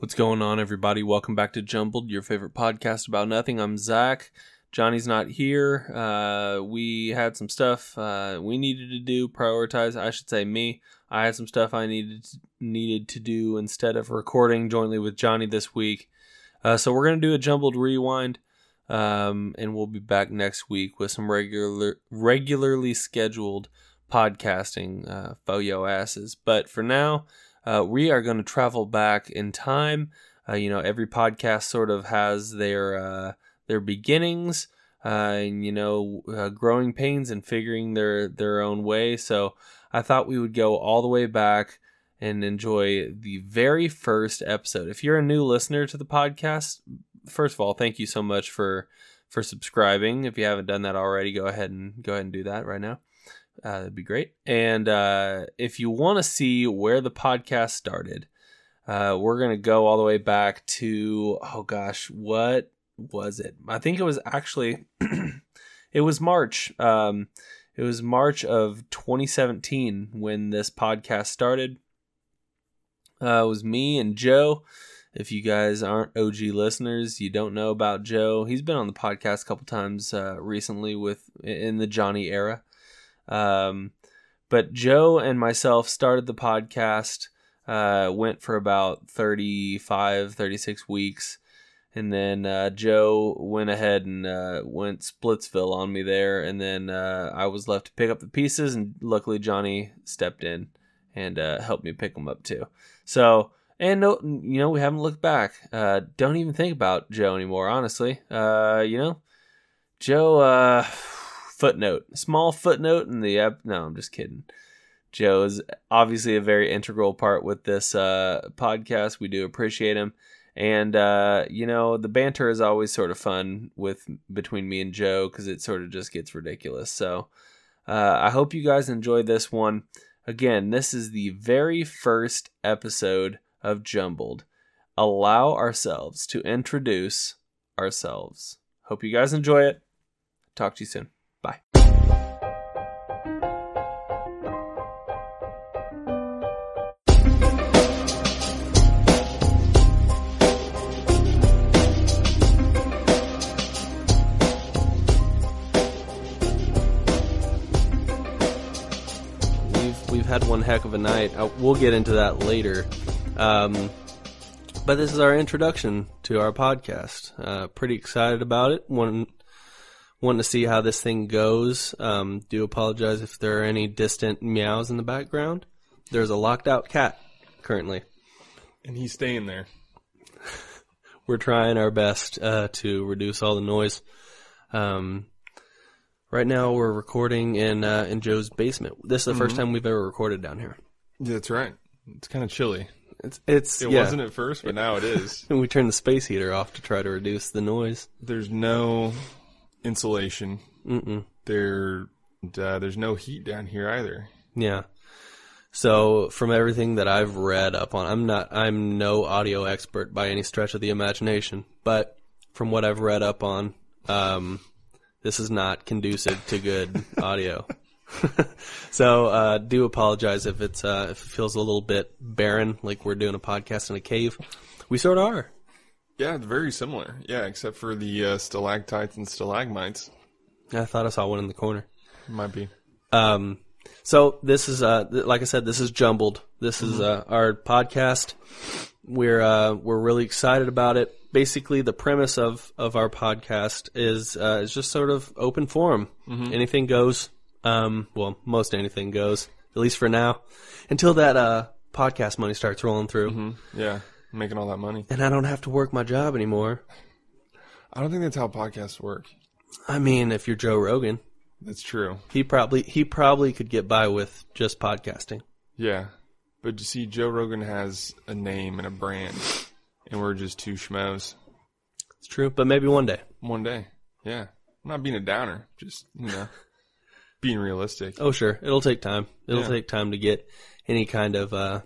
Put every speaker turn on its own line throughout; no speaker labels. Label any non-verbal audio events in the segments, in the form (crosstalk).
What's going on, everybody? Welcome back to Jumbled, your favorite podcast about nothing. I'm Zach. Johnny's not here. Uh, we had some stuff uh, we needed to do, prioritize. I should say me. I had some stuff I needed needed to do instead of recording jointly with Johnny this week. Uh, so we're gonna do a jumbled rewind, um, and we'll be back next week with some regular regularly scheduled podcasting uh, for yo asses. But for now uh, we are going to travel back in time. Uh, you know, every podcast sort of has their uh, their beginnings uh, and you know uh, growing pains and figuring their their own way. So I thought we would go all the way back and enjoy the very first episode. If you're a new listener to the podcast, first of all, thank you so much for for subscribing. If you haven't done that already, go ahead and go ahead and do that right now. Uh, that'd be great. And uh, if you want to see where the podcast started, uh, we're gonna go all the way back to oh gosh, what was it? I think it was actually (clears throat) it was March. Um, it was March of 2017 when this podcast started. Uh, it was me and Joe. If you guys aren't OG listeners, you don't know about Joe. He's been on the podcast a couple times uh, recently with in the Johnny era. Um, but Joe and myself started the podcast, uh, went for about 35, 36 weeks. And then uh, Joe went ahead and uh, went Splitsville on me there. And then uh, I was left to pick up the pieces. And luckily, Johnny stepped in and uh, helped me pick them up too. So, and no, you know, we haven't looked back. Uh, don't even think about Joe anymore, honestly. Uh, you know, Joe, uh, footnote, small footnote in the app. No, I'm just kidding. Joe is obviously a very integral part with this uh, podcast. We do appreciate him, and uh, you know the banter is always sort of fun with between me and Joe because it sort of just gets ridiculous. So uh, I hope you guys enjoy this one. Again, this is the very first episode of Jumbled. Allow ourselves to introduce ourselves. Hope you guys enjoy it. Talk to you soon. We've we've had one heck of a night. Uh, we'll get into that later. Um, but this is our introduction to our podcast. Uh, pretty excited about it. One wanting to see how this thing goes. Um, do apologize if there are any distant meows in the background. There's a locked out cat currently.
and he's staying there.
We're trying our best uh, to reduce all the noise. Um, right now, we're recording in uh, in Joe's basement. This is the
Mm-hmm.
first time we've ever recorded down here.
That's right. It's kind of chilly.
It's it's
It
yeah.
wasn't at first, but now it is.
And we turned the space heater off to try to reduce the noise.
there's no insulation.
Mm-mm.
There, uh, there's no heat down here either.
Yeah. So from everything that I've read up on, I'm not, I'm no audio expert by any stretch of the imagination, but from what I've read up on, um, this is not conducive to good audio. (laughs) so uh, do apologize if it's uh, if it feels a little bit barren, like we're doing a podcast in a cave. We sort of are.
Yeah, it's very similar. Yeah, except for the uh, stalactites and stalagmites.
I thought I saw one in the corner.
Might be.
Um, so this is, uh, th- like I said, this is jumbled. This is uh, our podcast. We're uh, we're really excited about it. Basically, the premise of of our podcast is uh, is just sort of open forum. Anything goes. Um, well, most anything goes, at least for now, until that uh, podcast money starts rolling through,
Yeah, making all that money.
and I don't have to work my job anymore.
I don't think that's how podcasts work.
I mean, if you're Joe Rogan,
That's true.
he probably he probably could get by with just podcasting.
Yeah, but you see, Joe Rogan has a name and a brand, and we're just two schmoes.
It's true, but maybe one day.
One day. Yeah. I'm not being a downer, just, you know,
(laughs)
being realistic.
Oh, sure. It'll take time. It'll
Yeah.
take time to get any kind of uh,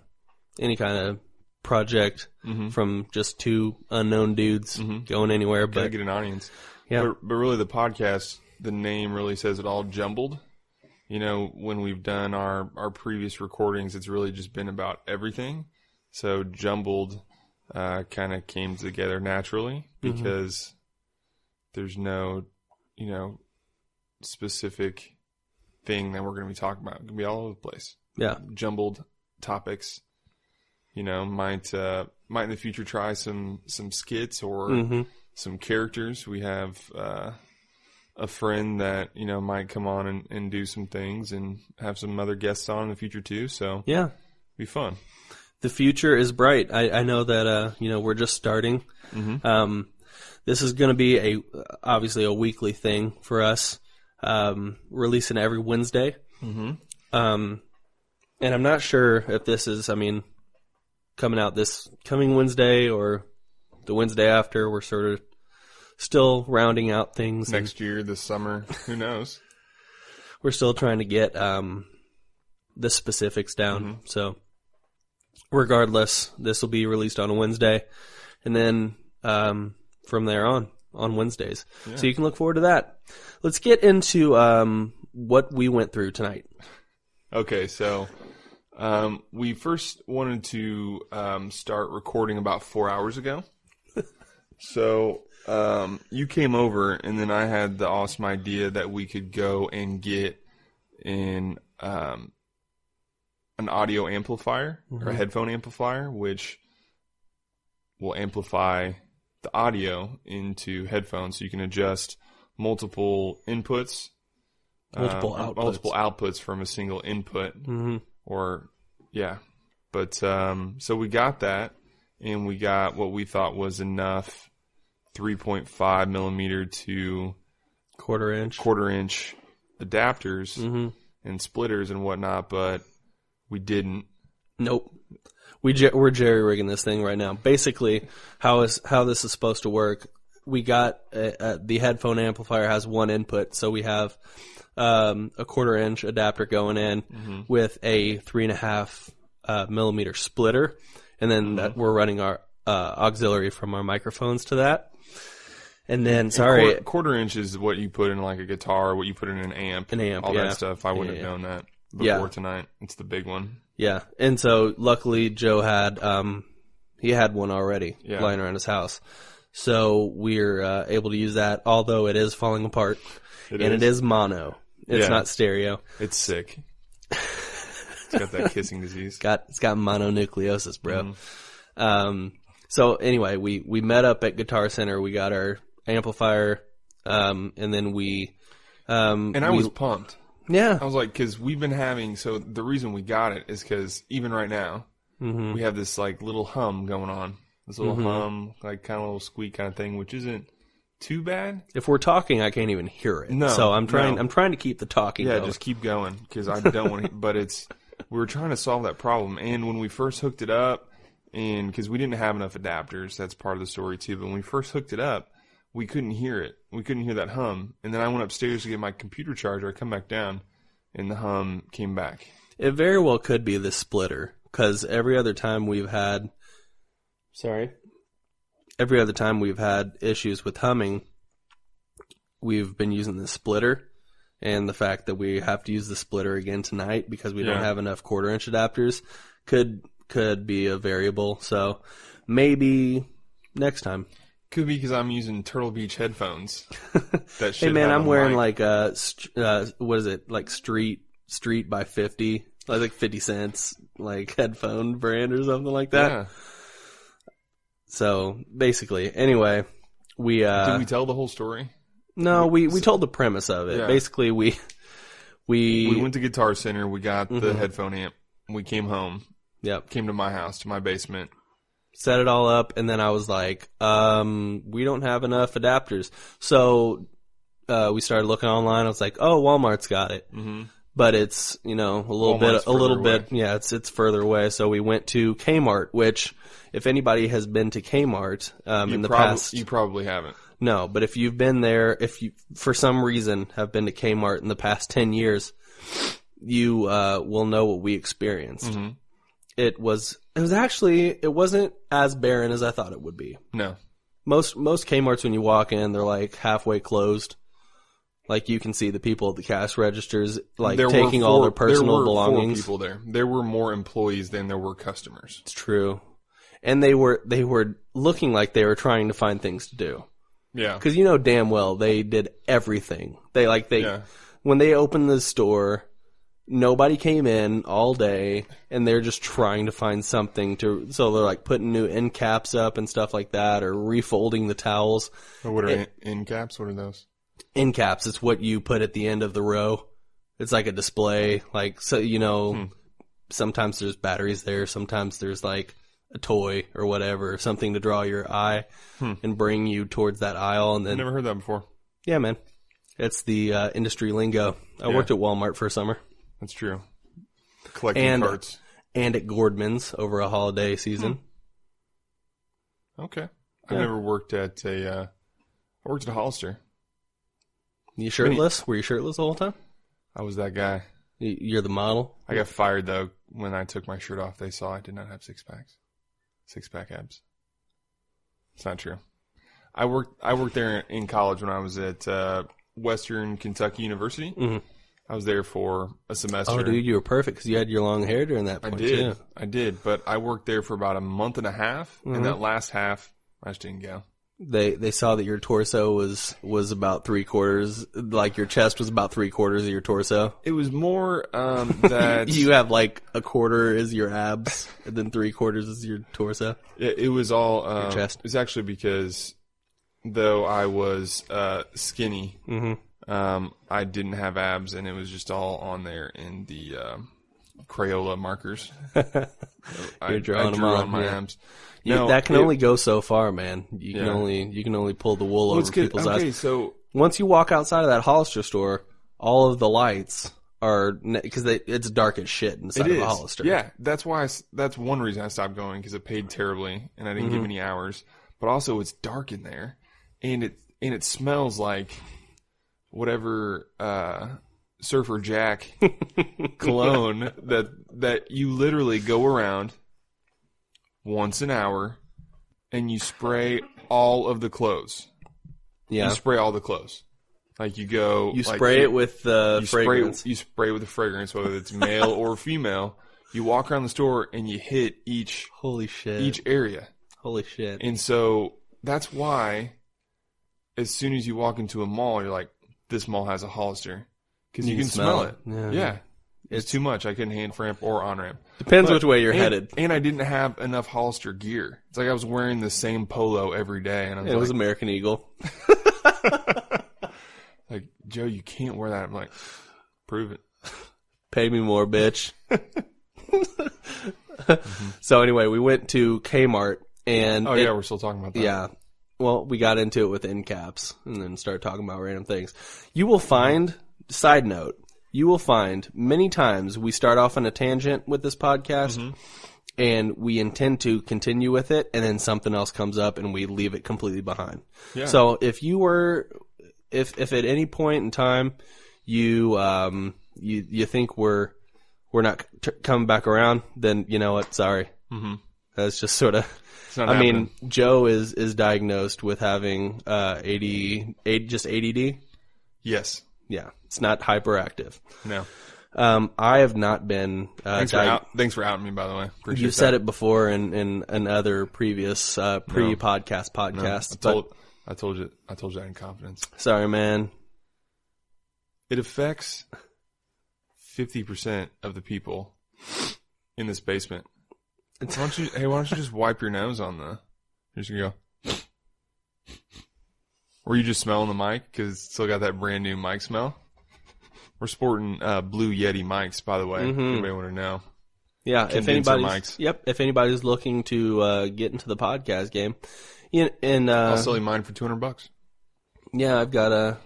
any kind of project
Mm-hmm.
from just two unknown dudes going anywhere.
Gotta
But
get an audience.
yeah,
But, but really, the podcast, the name really says it all jumbled. You know, when we've done our, our previous recordings, it's really just been about everything. So, jumbled uh, kind of came together naturally
Mhm.
because there's no, you know, specific thing that we're going to be talking about. It can be all over the place.
Yeah.
Jumbled topics. You know, might uh, might in the future try some some skits or
Mm-hmm.
some characters. We have uh, a friend that you know might come on and, and do some things, and have some other guests on in the future too. So
Yeah.
be fun.
The future is bright. I, I know that, uh, you know, we're just starting.
Mm-hmm.
Um, this is going to be a, obviously a weekly thing for us. Um, releasing every Wednesday.
Mm-hmm.
Um, and I'm not sure if this is, I mean, coming out this coming Wednesday or the Wednesday after. We're sort of still rounding out things. and
Next year, this summer, who knows?
we're still trying to get um, the specifics down.
Mm-hmm.
So, regardless, this will be released on a Wednesday, and then um, from there on on Wednesdays. So you can look forward to that. Let's get into um, what we went through tonight.
Okay, so um, we first wanted to um, start recording about four
(laughs)
hours ago. so um, you came over, and then I had the awesome idea that we could go and get in um, an audio amplifier or a
Mhm.
headphone amplifier, which will amplify the audio into headphones, so you can adjust multiple inputs. um,
Multiple outputs.
multiple outputs from a single input
Mm-hmm.
or yeah but um so we got that and we got what we thought was enough 3.5 millimeter to
Quarter inch.
quarter inch adapters
mm-hmm.
and splitters and whatnot but we didn't
Nope. We jer- we're jerry rigging this thing right now. Basically, how is how this is supposed to work? We got uh, uh, the headphone amplifier has one input, so we have um, a quarter inch adapter going in with a three and a half uh, millimeter splitter, and then
Mm-hmm.
that we're running our uh, auxiliary from our microphones to that. And then, sorry,
Quar- quarter inch is what you put in like a guitar what you put in an amp
An amp,
all
yeah.
that stuff i wouldn't
Yeah,
have known that
Yeah.
before tonight it's the big one
Yeah, and so luckily Joe had um he had one already
Yeah.
lying around his house, so we're uh, able to use that. Although it is falling apart, and it is mono. It's
Yeah.
not stereo.
it's
(laughs)
sick it's got that kissing disease
got it's got mononucleosis, bro.
Mm-hmm.
Um, so anyway, we we met up at Guitar Center. We got our amplifier, um, and then we, um,
and i
we-
was pumped
yeah,
I was like, because we've been having. So the reason we got it is because even right now
hmm
we have this like little hum going on, this little
Mhm.
hum, like kind of little squeak kind of thing, which isn't too bad.
if we're talking, I can't even hear it.
No,
so I'm trying
no.
I'm trying to keep the talking.
Yeah,
going.
just keep going because I don't (laughs) want to. But it's we were trying to solve that problem, and when we first hooked it up, and because we didn't have enough adapters, that's part of the story too. But when we first hooked it up, we couldn't hear it. We couldn't hear that hum, and then I went upstairs to get my computer charger. I come back down, and the hum came back.
It very well could be this splitter because every other time we've had, sorry, every other time we've had issues with humming, we've been using the splitter, and the fact that we have to use the splitter again tonight because we don't
Yeah.
have enough quarter inch adapters could could be a variable. So maybe next time.
Could be because I'm using Turtle
(laughs)
Beach headphones. That
Hey
shit
man,
had
I'm
a
wearing
mic.
like a st- uh, what is it like street street by fifty. I think fifty cents like headphone brand or something like that.
Yeah.
So basically, anyway, we uh
Did we tell the whole story?
no we we told the premise of it.
Yeah.
Basically, we we,
We went to Guitar Center. We got the
Mhm.
headphone amp. We came home.
yep
Came to my house, to my basement.
set it all up, and then I was like, um, we don't have enough adapters, so uh, we started looking online. I was like, oh, Walmart's got it.
Mm-hmm.
but it's you know a little
Walmart's
bit a little
further
bit yeah it's it's further away so we went to Kmart which if anybody has been to Kmart um,
You,
in the
prob-
past
you probably haven't.
no but if you've been there if you for some reason have been to Kmart in the past 10 years you uh, will know what we experienced
Mhm.
it was it was actually it wasn't as barren as I thought it would be
No.
most most Kmart's when you walk in, they're like halfway closed. Like you can see the people at the cash registers like
There were
taking all
four-
their personal
there were four
belongings.
people there. There were more employees than there were customers.
It's true. and they were they were looking like they were trying to find things to do
Yeah.
because you know damn well they did everything. They like they
Yeah.
when they opened the store, nobody came in all day, and they're just trying to find something to. So they're like putting new end caps up and stuff like that, or refolding the towels.
Oh, What are in, in caps? What are those?
End caps, it's what you put at the end of the row. It's like a display, like so you know.
Hmm.
Sometimes there's batteries there. Sometimes there's like a toy or whatever, something to draw your eye
Hmm.
and bring you towards that aisle, and then
I've never heard that before.
yeah, man. It's the uh, industry lingo. I
Yeah.
worked at Walmart for a summer
That's true. Collecting
And-
carts.
and at Gordman's over a holiday
Hmm.
season.
Okay. I've
Yeah.
never worked at a. Uh, I worked at Hollister.
You shirtless? Were you shirtless the whole time?
I was that guy.
Y- You're the model.
I got fired though when I took my shirt off. They saw I did not have six packs, six pack abs. It's not true. I worked. I worked there in college when I was at uh, Western Kentucky University.
Mhm.
I was there for a semester.
Oh, dude, you were perfect because you had your long hair during that
I
point.
did.
Yeah.
I did. But I worked there for about a month and a half,
Mhm.
and that last half, I just didn't go.
They they saw that your torso was was about three quarters, like your chest was about three quarters of your torso.
It was more
(laughs)
um, that
you have like a quarter is your abs, and then three quarters is your torso.
It, it was all. Um,
chest.
It was actually because, though I was uh, skinny,
Mhm.
um, I didn't have abs, and it was just all on there in the um, Crayola markers.
(laughs)
I,
You're drawing
I
'em
drew
on,
on my
yeah.
abs.
You-
No,
that can
it-
only go so far, man. You can
Yeah.
only you can only pull the wool
Well,
over
it's good.
people's eyes.
Okay, so
once you walk outside of that Hollister store, all of the lights are because it's dark as shit inside
it
of
is.
a Hollister.
Yeah, that's why. I s that's one reason I stopped going because it paid terribly, and I didn't
Mm-hmm.
give any hours. But also, it's dark in there, and it and it smells like whatever uh, Surfer Jack
(laughs)
cologne that that you literally go around once an hour, and you spray all of the clothes.
yeah.
You spray all the clothes. Like you go,
You
like,
spray it with the
you
fragrance.
spray you spray with a fragrance, whether it's male
(laughs)
or female. You walk around the store and you hit each
Holy shit!
each area,
Holy shit!
and so that's why, as soon as you walk into a mall, you're like, "This mall has a Hollister," because you, can smell, it. Yeah, it's, too much. I couldn't hand ramp or on ramp.
Depends which way you're
and,
headed.
and I didn't have enough Hollister gear. It's like I was wearing the same polo every day, and I was
It
like,
was American Eagle.
like, "Joe, you can't wear that." I'm like, "Prove it."
Pay me more, bitch. (laughs) So anyway, we went to Kmart and
Oh
it-
yeah, we're still talking about that.
Yeah. Well, we got into it with end caps and then started talking about random things. You will find, side note, you will find many times we start off on a tangent with this podcast and we intend to continue with it and then something else comes up and we leave it completely behind.
Yeah.
So if you were, if, if at any point in time you, um, you, you think we're, we're not t- coming back around, then you know what? Sorry.
Mhm.
That's just sort of,
It's not
I
happening.
mean, Joe is is diagnosed with having uh, AD, A- just ADD.
yes.
Yeah, it's not hyperactive.
No.
Um, I have not been. Uh,
Thanks for,
diag-
out, thanks for outing me, by the way. Appreciate
you
that.
said it before in in, in other previous uh, pre-podcast podcasts.
I told, I told you. I told you that in confidence.
but, sorry, man.
It affects fifty percent of the people in this basement. Why don't you? Hey, why don't you just wipe your nose on the? Here's you go. Were you just smelling the mic? Because it's still got that brand new mic smell. We're sporting uh, blue Yeti mics, by the way. If
Mhm.
anybody want to know?
Yeah, if
Condenser
anybody's
mics.
yep, if anybody's looking to uh, get into the podcast game, in, in uh,
I'll sell you mine for two hundred bucks.
Yeah, I've got a,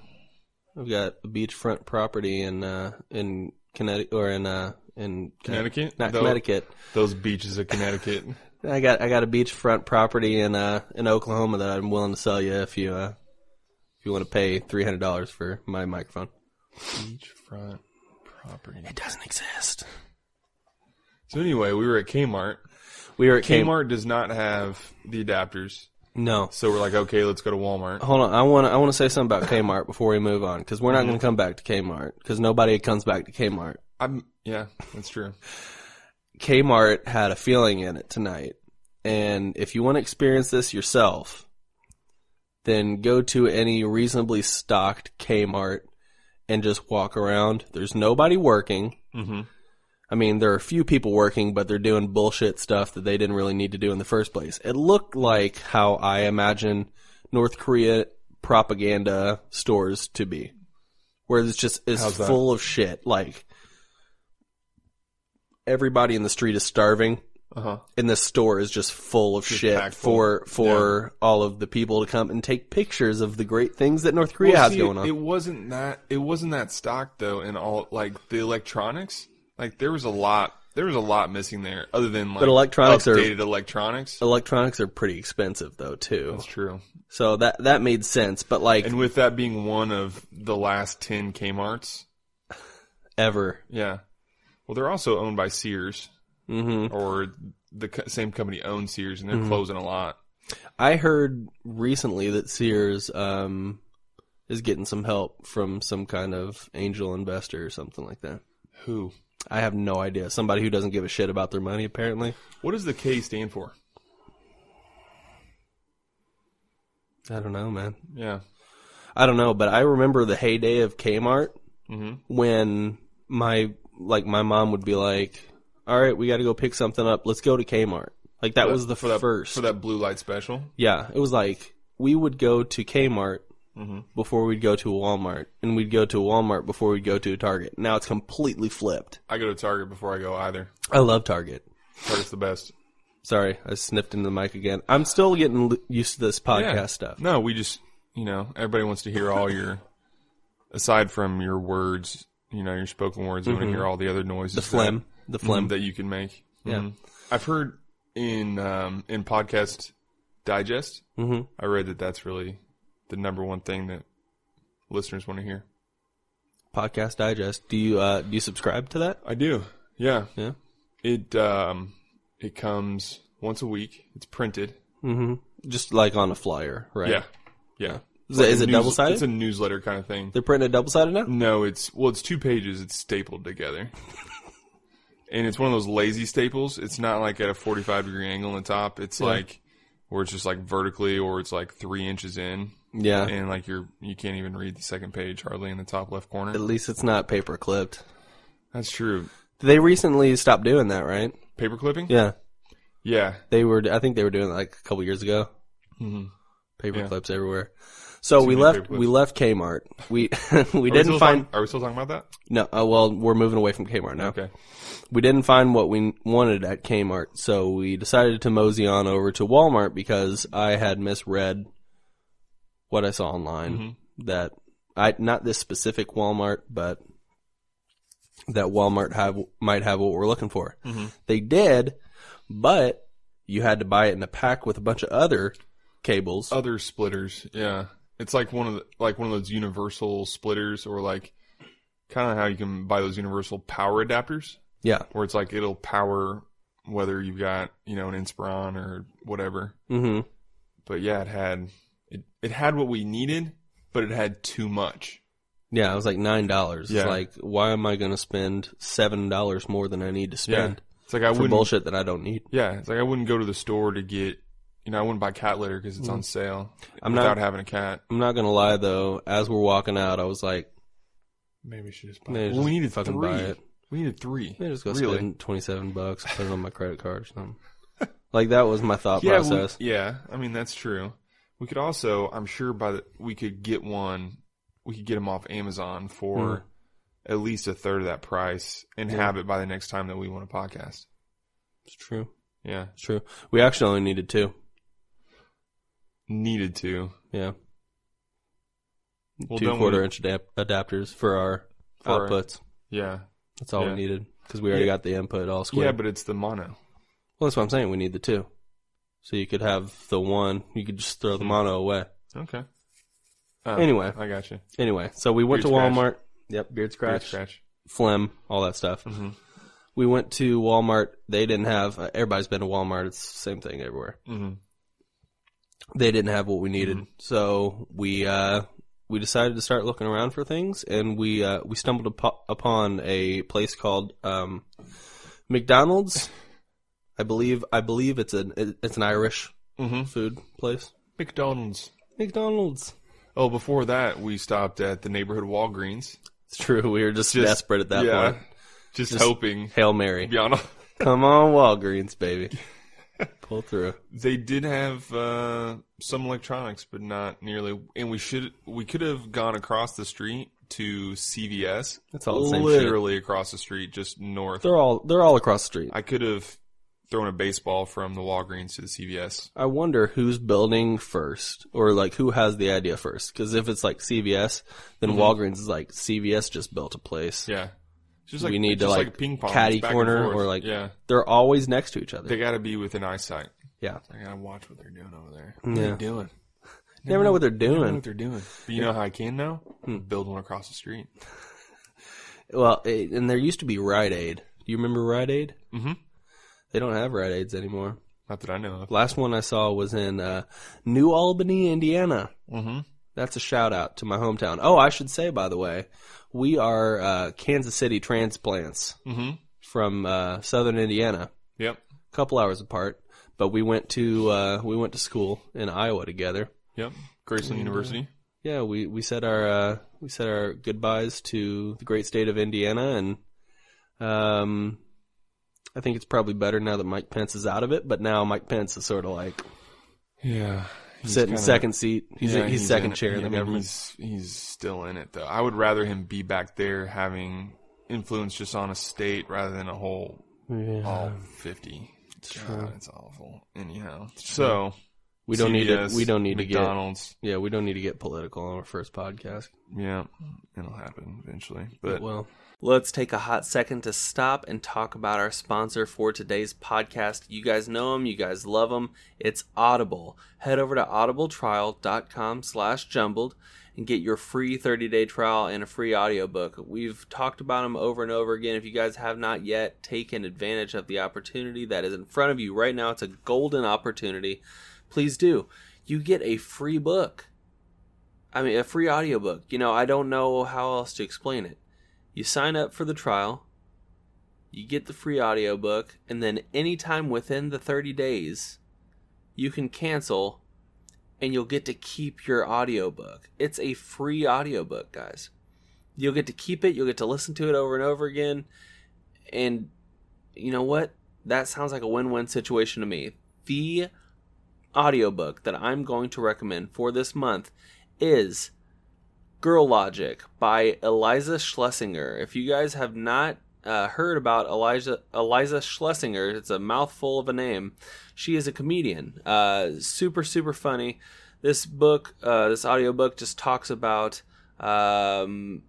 I've got a beachfront property in uh, in Connecticut or in uh, in
Connecticut?
not
Though-
Connecticut.
Those beaches of Connecticut.
I got I got a beachfront property in uh in Oklahoma that I'm willing to sell you if you uh, if you want to pay three hundred dollars for my microphone.
Beachfront property.
doesn't exist.
So anyway, we were at Kmart.
We were at Kmart.
Kmart does not have the adapters,
No,
so we're like, okay, let's go to Walmart.
hold on. I want I want to say something about Kmart before we move on because we're not going to come back to Kmart because nobody comes back to Kmart.
I'm yeah, that's true.
Kmart had a feeling in it tonight, And if you want to experience this yourself, then go to any reasonably stocked Kmart and just walk around. There's nobody working.
Mm-hmm.
I mean, there are a few people working, but they're doing bullshit stuff that they didn't really need to do in the first place. It looked like how I imagine North Korea propaganda stores to be, where it's just is
How's that?
full of shit. Like everybody in the street is starving,
Uh huh.
and this store is just full of
Just
shit
packed full.
for for all of the people to come and take pictures of the great things that North Korea
Well,
has
see,
going on.
It wasn't that it wasn't that stock though in all like the electronics. Like there was a lot there was a lot missing there other than like
But electronics are-
updated electronics.
Electronics are pretty expensive though too.
That's true.
So that that made sense, but like
And with that being one of the last 10 Kmart's.
ever.
Yeah. Well, they're also owned by Sears
hmm
or the co- same company owns Sears and they're
Mm-hmm.
closing a lot.
I heard recently that Sears um, is getting some help from some kind of angel investor or something like that.
Who?
I have no idea. Somebody who doesn't give a shit about their money, apparently.
What does the K stand for?
I don't know, man.
Yeah.
I don't know, but I remember the heyday of Kmart
Mhm.
when my like my mom would be like, "All right, we got to go pick something up. Let's go to Kmart." Like that was the
for that,
first.
for that blue light special.
Yeah, it was like we would go to Kmart before we'd go to Walmart, and we'd go to Walmart before we'd go to Target. Now it's completely flipped.
I go to Target before I go either.
I love Target.
Target's the best.
Sorry, I sniffed into the mic again. I'm still getting l- used to this podcast
Yeah.
stuff.
No, we just, you know, everybody wants to hear all your, aside from your words, you know, your spoken words, they want to hear all the other noises. The
Phlegm, Mm-hmm. the
That, mm-hmm,
phlegm.
that you can make.
Yeah.
Mhm. I've heard in, um, in Podcast Digest,
hmm
I read that that's really the number one thing that listeners want to hear.
Podcast Digest. Do you uh, do you subscribe to that?
I do. Yeah.
Yeah.
It, um, it comes once a week. It's printed.
hmm Just like on a flyer, right?
Yeah. Yeah.
Is it, is
A
it
news-
double
It's
sided?
a newsletter kind of thing.
They're printing it double sided now.
No, it's well, it's two pages. It's
(laughs)
stapled together, and it's one of those lazy staples. It's not like at a forty-five degree angle on the top. It's like where it's just like vertically, or it's like three inches in,
Mm-hmm. Yeah.
and like you're you can't even read the second page hardly in the top left
At
corner.
least it's not paper clipped.
That's true.
They recently stopped doing that, right?
Paper clipping.
Yeah.
Yeah.
They were, I think they were doing it like a couple years ago.
Mhm.
Paper
Yeah.
clips everywhere. So we
many
left,
paper clips.
we left Kmart.
Oh,
We (laughs) we
Are we still
didn't find
talking- are we still talking about that?
no. Uh, well, we're moving away from Kmart now.
Okay.
We didn't find what we wanted at Kmart, so we decided to mosey on over to Walmart because I had misread what I saw online.
Mm-hmm.
That I not this specific Walmart, but that Walmart have might have what we're looking for.
Mm-hmm.
They did, but you had to buy it in a pack with a bunch of other cables.
Other splitters. Yeah. It's like one of the, like one of those universal splitters, or like kind of how you can buy those universal power adapters.
Yeah.
where it's like it'll power whether you've got you know an Inspiron or whatever.
hmm
But yeah, it had it, it had what we needed, but it had too much.
Yeah, it was like nine dollars.
Yeah.
It's like, why am I going to spend seven dollars more than I need to spend
It's like I
for
wouldn't.
bullshit that I don't need?
Yeah, it's like I wouldn't go to the store to get you know I wouldn't buy cat litter because it's on sale
Mm. I'm not-
without having a cat.
I'm not gonna lie though. As we're walking out, I was like,
Maybe we should just
buy it.
Well, we needed
Fucking
three.
buy it.
We needed three.
"Maybe just go
really?
spend twenty seven bucks, and put it on my credit card or something."
(laughs)
like that was my thought
yeah, we-
process.
yeah. I mean that's true. We could also, I'm sure, by the we could get one. We could get them off Amazon for
Hmm.
at least a third of that price and have it by the next time that we want a podcast.
It's true.
Yeah,
It's true. We actually only needed two.
needed to
Yeah,
Well,
two
don't
quarter
we-
inch adap- adapters for our
For our-
outputs.
Yeah,
That's all
yeah.
we needed because we already got the input all squared.
yeah, but it's the mono.
well, that's what I'm saying. We need the two, so you could have the one. You could just throw the mono away.
Okay. Oh,
Anyway.
I got you.
Anyway, so we went
Beard
to
scratch.
Walmart. Yep, beard
Beard
scratch,
scratch.
phlegm, all that stuff.
Mhm.
We went to Walmart. They didn't have. Uh, everybody's been to Walmart. It's the same thing everywhere.
hmm
They didn't have what we needed, so we uh, we decided to start looking around for things, and we uh, we stumbled upo- upon a place called um, McDonald's. I believe I believe it's an it's an Irish food place.
Mm-hmm. McDonald's.
McDonald's.
Oh, before that, we stopped at the neighborhood Walgreens.
It's true. We were just, desperate at that
yeah,
point.
Just,
Just-
hoping.
Hail Mary.
Be honest.
Come on, Walgreens,
(laughs)
baby. Pull through.
They did have uh, some electronics, but not nearly. And we should we could have gone across the street to CVS.
It's all the same shit.
literally across the street, just north.
They're all they're all across the street.
I could have thrown a baseball from the Walgreens to the CVS.
I wonder who's building first, or like who has the idea first. Because if it's like CVS, then
Mm-hmm.
Walgreens is like CVS just built a place.
Yeah, It's just
We need
it's
to,
just
like,
ping pong
caddy
it's back and
corner
forth.
or, like-
yeah.
They're always next to each other.
They got to be within eyesight.
yeah,
I gotta watch what they're doing over there.
Yeah.
What are they doing?
never know what they're
I don't know
doing. Hmm.
what they're doing. But you know how I can know? Build one across the street.
Well, it, and there used to be Rite Aid. Do you remember Rite Aid?
Mhm.
They don't have Rite Aids anymore.
Not that I know of.
Last one I saw was in uh, New Albany, Indiana.
Mm-hmm.
That's a shout out to my hometown. Oh, I should say, by the way, we are uh, Kansas City transplants
Mm-hmm.
from uh, Southern Indiana,
Yep.
a couple hours apart. But we went to uh, we went to school in Iowa together.
Yep. Graceland
Mm-hmm.
University.
Yeah, we, we said our uh, we said our goodbyes to the great state of Indiana, and um, I think it's probably better now that Mike Pence is out of it. But now Mike Pence is sort of like
Yeah. He's
sitting
kinda-
second seat. He's
yeah,
he's,
in
second
it.
chair in
I
the
mean,
government.
He's, he's still in it, though. I would rather him be back there having influence just on a state rather than a whole all 50. It's God, it's awful. Anyhow, so
We don't need to.
CVS,
We don't need to get.
McDonald's.
Yeah, we don't need to get political on our first podcast.
Yeah, it'll happen eventually. But
Well,
Let's take a hot second to stop and talk about our sponsor for today's podcast. You guys know them, you guys love them. It's Audible. Head over to audibletrial.com slash jumbled and get your free 30-day trial and a free audiobook. We've talked about them over and over again. If you guys have not yet taken advantage of the opportunity that is in front of you right now, it's a golden opportunity. Please do. You get a free book. I mean, a free audiobook. You know, I don't know how else to explain it. You sign up for the trial, you get the free audiobook, and then anytime within the 30 days, you can cancel and you'll get to keep your audiobook. It's a free audiobook, guys. You'll get to keep it, you'll get to listen to it over and over again. And you know what? That sounds like a win win situation to me. The audiobook that I'm going to recommend for this month is Girl Logic by Eliza Schlesinger. If you guys have not uh, heard about Eliza Eliza Schlesinger, it's a mouthful of a name. She is a comedian. Uh, super super funny. This book, uh, this audiobook just talks about um,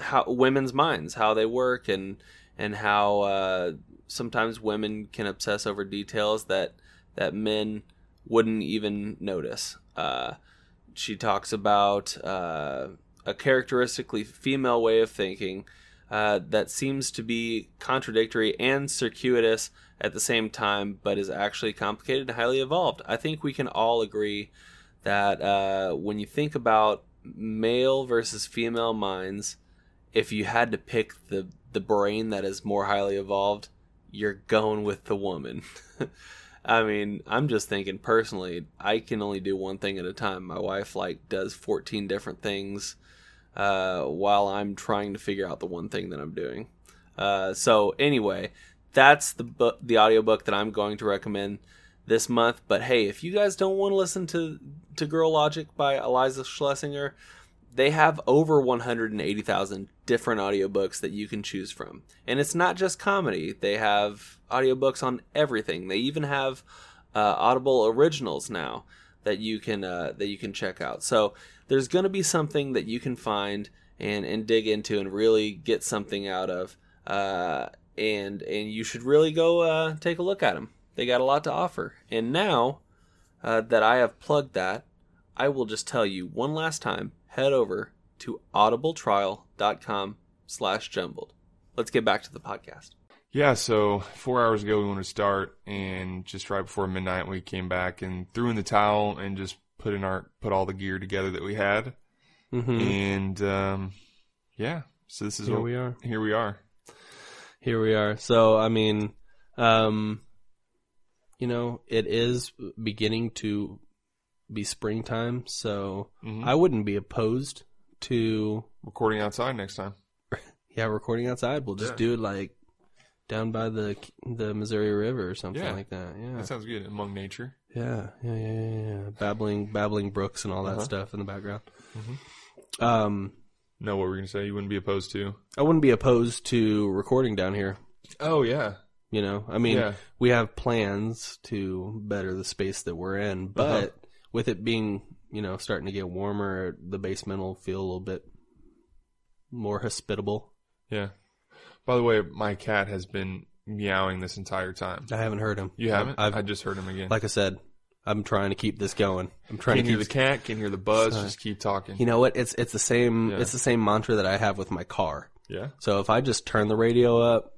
how women's minds, how they work, and and how uh, sometimes women can obsess over details that that men wouldn't even notice. Uh, she talks about uh, a characteristically female way of thinking uh, that seems to be contradictory and circuitous at the same time, but is actually complicated and highly evolved. I think we can all agree that uh, when you think about male versus female minds, if you had to pick the the brain that is more highly evolved, you're going with the woman. I mean, I'm just thinking personally, I can only do one thing at a time. My wife like does 14 different things uh, while I'm trying to figure out the one thing that I'm doing. Uh, so anyway, that's the book, the audiobook that I'm going to recommend this month. But hey, if you guys don't want to listen to to Girl Logic by Eliza Schlesinger, they have over 180,000 different audiobooks that you can choose from. And it's not just comedy, they have audiobooks on everything. They even have uh, Audible originals now that you can uh, that you can check out. So there's going to be something that you can find and and dig into and really get something out of uh, and and you should really go uh, take a look at them. They got a lot to offer. And now uh, that I have plugged that, I will just tell you one last time, head over to audibletrial.com slash jumbled. Let's get back to the podcast.
Yeah, so four hours ago we wanted to start, and just right before midnight we came back and threw in the towel and just put in our put all the gear together that we had,
mhm.
and um, yeah, so this is
here
what
we are.
here we are.
Here we are. So I mean, um, you know, it is beginning to be springtime, so
Mm-hmm.
I wouldn't be opposed to
Recording outside next time.
yeah, recording outside. We'll just
Yeah.
do it like down by the the Missouri River or something
Yeah.
like that. Yeah.
That sounds good. Among nature.
Yeah, yeah, yeah, yeah, yeah. Babbling, babbling brooks and all that
Uh-huh. Mm-hmm.
stuff in the background. Um,
No, what were you gonna say? You wouldn't be opposed to?
I wouldn't be opposed to recording down here.
Oh yeah,
You know, I mean,
Yeah.
we have plans to better the space that we're in, but
Uh-huh.
with it being, you know, starting to get warmer, the basement will feel a little bit more hospitable.
yeah. By the way, my cat has been meowing this entire time.
I haven't heard him.
You haven't?
I've,
i just heard him again.
like I said, I'm trying to keep this going. I'm trying
Can
to
hear
keep
the cat. Can hear the buzz.
Sorry.
Just keep talking.
You know what? It's it's the same.
Yeah.
It's the same mantra that I have with my car.
Yeah.
So if I just turn the radio up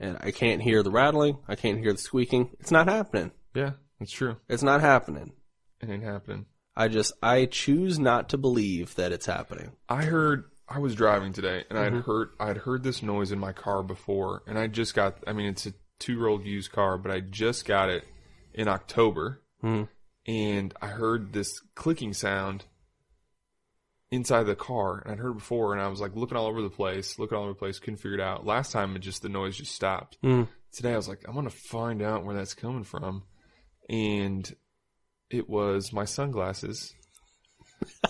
and I can't hear the rattling, I can't hear the squeaking, it's not happening.
Yeah. It's true.
It's not happening.
It ain't happening.
I just I choose not to believe that it's happening.
I heard I was driving today and I'd heard I'd heard this noise in my car before and I just got I mean it's a 2-year-old used car but I just got it in October.
Mhm.
And I heard this clicking sound inside the car and I'd heard it before and I was like looking all over the place, looking all over the place, couldn't figure it out. Last time it just the noise just stopped.
Mhm.
Today I was like I'm going to find out where that's coming from and it was my sunglasses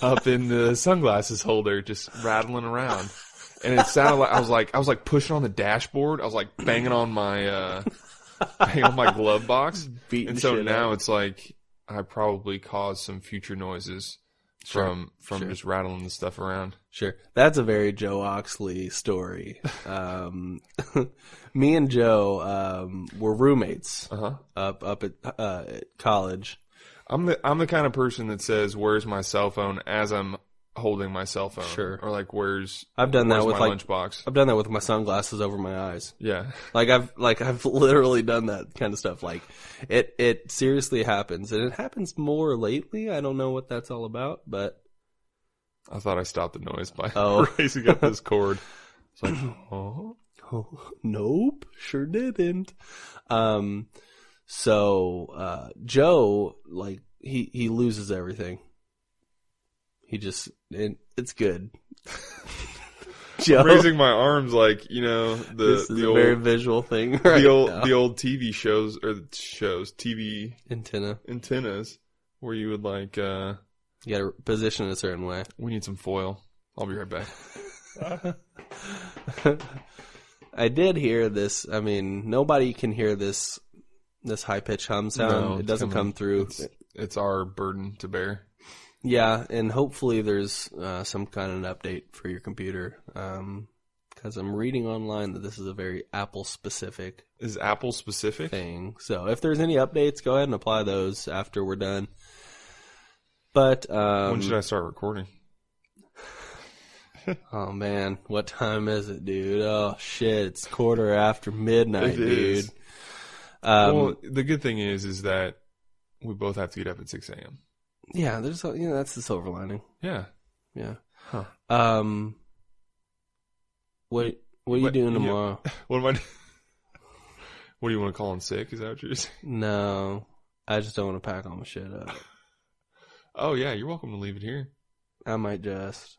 up in the (laughs) sunglasses holder, just rattling around. And it sounded like I was like I was like pushing on the dashboard. I was like banging on my uh, (laughs) banging on my glove box.
Beating
And so
shit
now
out.
it's like I probably caused some future noises from from
sure.
just rattling the stuff around.
Sure, that's a very Joe Oxley
(laughs)
story. Um, (laughs) me and Joe um, were roommates
Uh huh.
up up at, uh, at college.
I'm the I'm the kind of person that says, "Where's my cell phone?" as I'm holding my cell phone.
Sure.
Or like, "Where's
I've done
where's
that with
my
like
lunchbox?"
I've done that with my sunglasses over my eyes.
Yeah. (laughs)
Like I've like I've (laughs) literally done that kind of stuff. Like it it seriously happens, and it happens more lately. I don't know what that's all about, but
I thought I stopped the noise by (laughs)
Oh.
raising up this cord. It's (laughs) like, oh,
oh, (laughs) nope, sure didn't. Um, so uh, Joe like he he loses everything. He just it, it's good. Joe,
raising my arms like you know the
this is
the
a
old,
very visual thing, (laughs) right?
the old
now.
the old TV shows or the shows TV
antenna.
antennas where you would like uh
You got to position it a certain way. (laughs)
we need some foil. I'll be right back.
I did hear this. I mean, nobody can hear this this high pitched hum sound.
No,
it
it's
doesn't come
coming.
through.
It's, it's our burden to bear.
Yeah, and hopefully there's uh, some kind of an update for your computer. Um, because I'm reading online that this is a very Apple specific
Is Apple specific?
thing. So if there's any updates, go ahead and apply those after we're done. But um,
when should I start recording?
Oh man, what time is it, dude? Oh shit, it's quarter after midnight,
It
dude.
is.
Um,
well, the good thing is, is that we both have to get up at six a.m.
yeah, there's a- you know that's the silver lining.
Yeah.
Yeah.
Huh.
Um. What What are you
What-
doing
yeah.
tomorrow?
What am I? what do (laughs) you want to call in sick? Is that what you're (laughs) saying?
No, I just don't want to pack all my shit up.
Oh yeah, you're welcome to leave it here.
I might just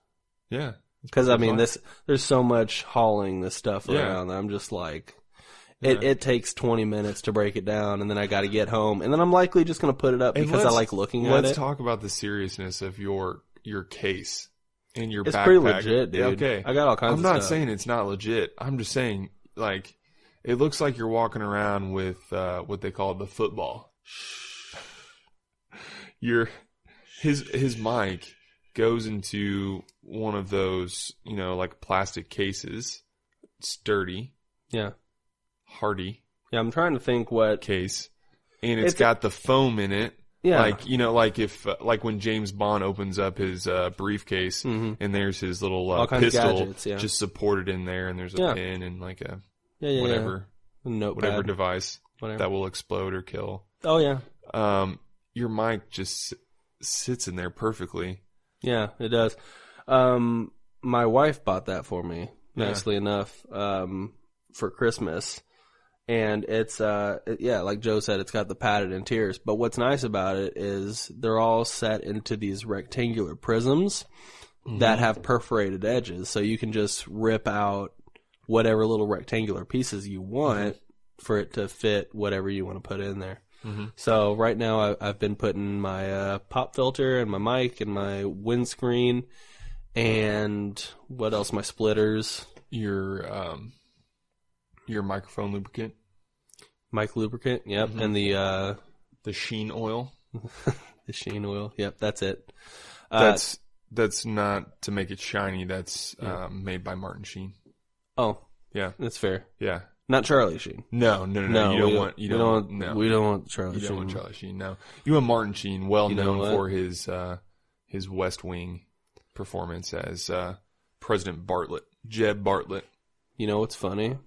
Yeah.
because I
perfectly
mean
fine.
this. There's so much hauling this stuff
Yeah.
around. that I'm just like. It,
Yeah.
it takes 20 minutes to break it down, and then I got to get home, and then I'm likely just going to put it up
And
because I
let's-
like looking at it.
Let's talk about the seriousness of your your case and your
It's
backpack.
pretty legit, dude.
Yeah, Okay,
I got all kinds
I'm
of
not
stuff.
saying it's not legit. I'm just saying like it looks like you're walking around with uh, what they call the football. (laughs) Your his his mic goes into one of those you know like plastic cases, sturdy,
Yeah.
hardy
Yeah, I'm trying to think what.
case, and it's
It's-
got the foam in it.
Yeah.
Like you know, like if uh, like when James Bond opens up his uh, briefcase
Mhm.
and there's his little uh,
All kinds of
pistol
gadgets, yeah.
just supported in there, and there's a
Yeah.
pin and like a
Yeah, yeah,
whatever
yeah. Notepad,
whatever device
whatever.
that will explode or kill.
oh yeah,
Um, your mic just s- sits in there perfectly.
yeah, it does. Um, my wife bought that for me,
Yeah.
nicely enough, um, for Christmas, and it's uh it- yeah, like Joe said, it's got the padded interiors. But what's nice about it is they're all set into these rectangular prisms
Mm-hmm.
that have perforated edges, so you can just rip out whatever little rectangular pieces you want for it to fit whatever you want to put in there.
Mhm.
So right now I, I've been putting my uh, pop filter and my mic and my windscreen and what else? My splitters,
Your um, your microphone lubricant,
mic lubricant, yep,
Mhm.
and the uh,
the Sheen oil.
the Sheen oil, yep, that's it. Uh,
That's that's not to make it shiny. That's
Yeah.
um, made by Martin Sheen.
oh
Yeah,
that's fair.
yeah.
Not Charlie Sheen.
No, no, no. no you
we
don't want. You
we
don't. want,
want.
no,
We don't want Charlie
you
Sheen.
don't want Charlie Sheen. No, you want Martin Sheen, well
You know
known
what?
for his uh, his West Wing performance as uh, President Bartlett, Jeb Bartlett.
You know what's funny?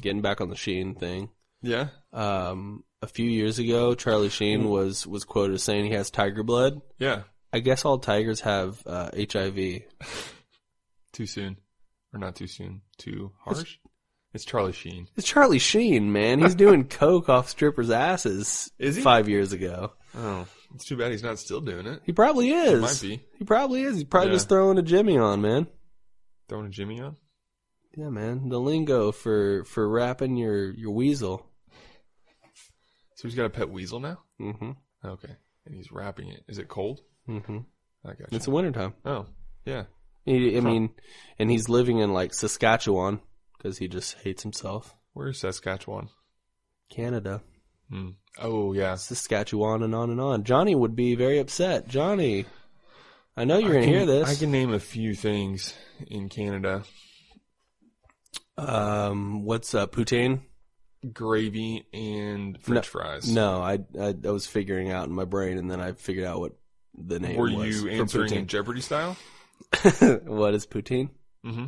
Getting back on the Sheen thing.
Yeah.
um, a few years ago, Charlie
Mm-hmm.
Sheen was was quoted as saying he has tiger blood.
Yeah.
I guess all tigers have uh, HIV.
Too soon, or not too soon? Too harsh. It's Charlie Sheen.
It's Charlie Sheen, man. He's
(laughs)
doing coke off strippers' asses.
Is he?
Five years ago,
Oh, it's too bad he's not still doing it.
he probably is.
Might be
He probably is. He's probably
Yeah.
just throwing a Jimmy on, man.
throwing a Jimmy on.
Yeah, man. The lingo for for rapping your your weasel.
So he's got a pet weasel now.
Mm-hmm.
Okay, and he's wrapping it. Is it cold?
Mm-hmm.
I got you.
It's the wintertime.
oh, yeah.
He, I mean, and he's living in like Saskatchewan because he just hates himself.
Where's Saskatchewan?
Canada.
Hmm. Oh yeah.
Saskatchewan and on and on. Johnny would be very upset. Johnny, I know Oh, you're
I
going to
can-
hear this.
I can name a few things in Canada:
Um, what's up, poutine?
gravy and French fries.
No, I, I I was figuring out in my brain, and then I figured out what the name
Were
was for
you answering in Jeopardy style?
poutine. (laughs) what is poutine?
Mm-hmm.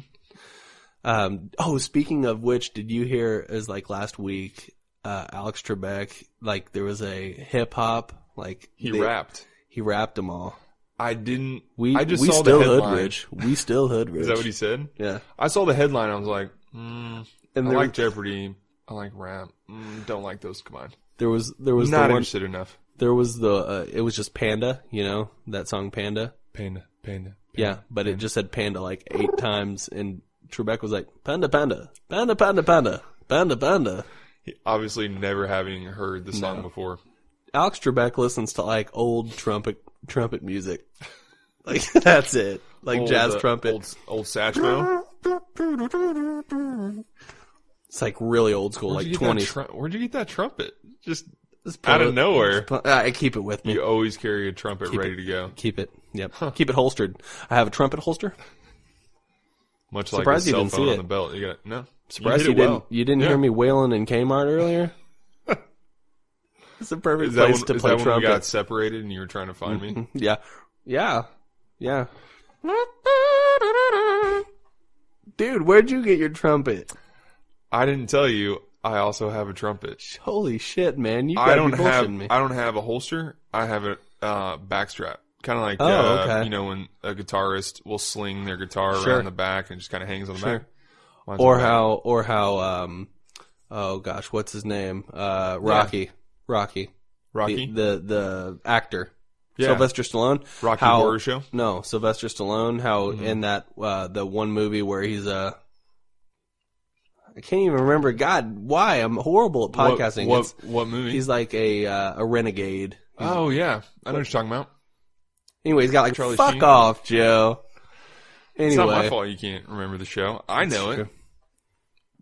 Um, oh, speaking of which, did you hear? As like last week, uh, Alex Trebek, like there was a hip hop, like
He
they-
rapped.
he rapped them all.
I didn't.
We
I just
we
saw
still
the headline.
hood rich. We still hood rich.
(laughs) Is that what he said?
Yeah,
I saw the headline. I was like, mm,
and
I
there,
like Jeopardy. I like rap. Mm, don't like those. Come on.
there was there was the
Not
one,
interested enough.
There was the uh, it was just panda, you know that song panda.
Panda. Panda.
Yeah, but it just said panda like eight times, and Trebek was like panda, panda, panda, panda, panda, panda, panda.
He- Obviously, never having heard the song before.
Alex Trebek listens to like old trumpet trumpet music, (laughs) like (laughs) that's it, like
Old,
jazz
uh,
trumpet.
Old, old Satchmo.
It's like really old school,
Where'd you
like
get that
twenties.
tru- Where'd you get that trumpet? Just
pull
out
it.
of nowhere.
I uh, keep it with me.
You always carry a trumpet ready to go.
Keep it. Yep. Keep it holstered. I have a trumpet holster.
Much like a
Surprised you
cell
didn't see
phone
it.
on the belt. You got no.
Surprised
hit
you,
it
didn't.
well.
You didn't
Yeah.
hear me wailing in Kmart earlier.
(laughs)
it's a perfect
Is that,
place
when,
to
is
play
that when we
trumpet.
got separated and you were trying to find me?
(laughs) Yeah, yeah, yeah. Mm-hmm. Dude, where'd you get your trumpet?
(laughs) I didn't tell you. I also have a trumpet.
Holy shit, man! You
I don't
be
have.
bullshitting me.
I don't have a holster. I have a uh, backstrap, kind of like
Oh,
uh,
okay.
you know when a guitarist will sling their guitar
Sure.
around the back and just kind of hangs on the
Sure.
back. Mine's
Or
like that.
how? Or how? Um. Oh gosh, what's his name? Uh, Rocky. Rocky.
Rocky,
The, the the actor.
Yeah.
Sylvester Stallone.
Rocky
how-
Horror Show.
No, Sylvester Stallone. How
Mm-hmm.
in that uh, the one movie where he's Uh, I can't even remember. God, why I'm horrible at
What-
podcasting.
What,
It's-
what, movie?
He's like a uh, a renegade.
oh yeah, I know what you're talking about.
Anyway, he's got like
Charlie
fuck
Sheen?
off, Joe. Anyway,
It's not my fault you can't remember the show. I know it.
true.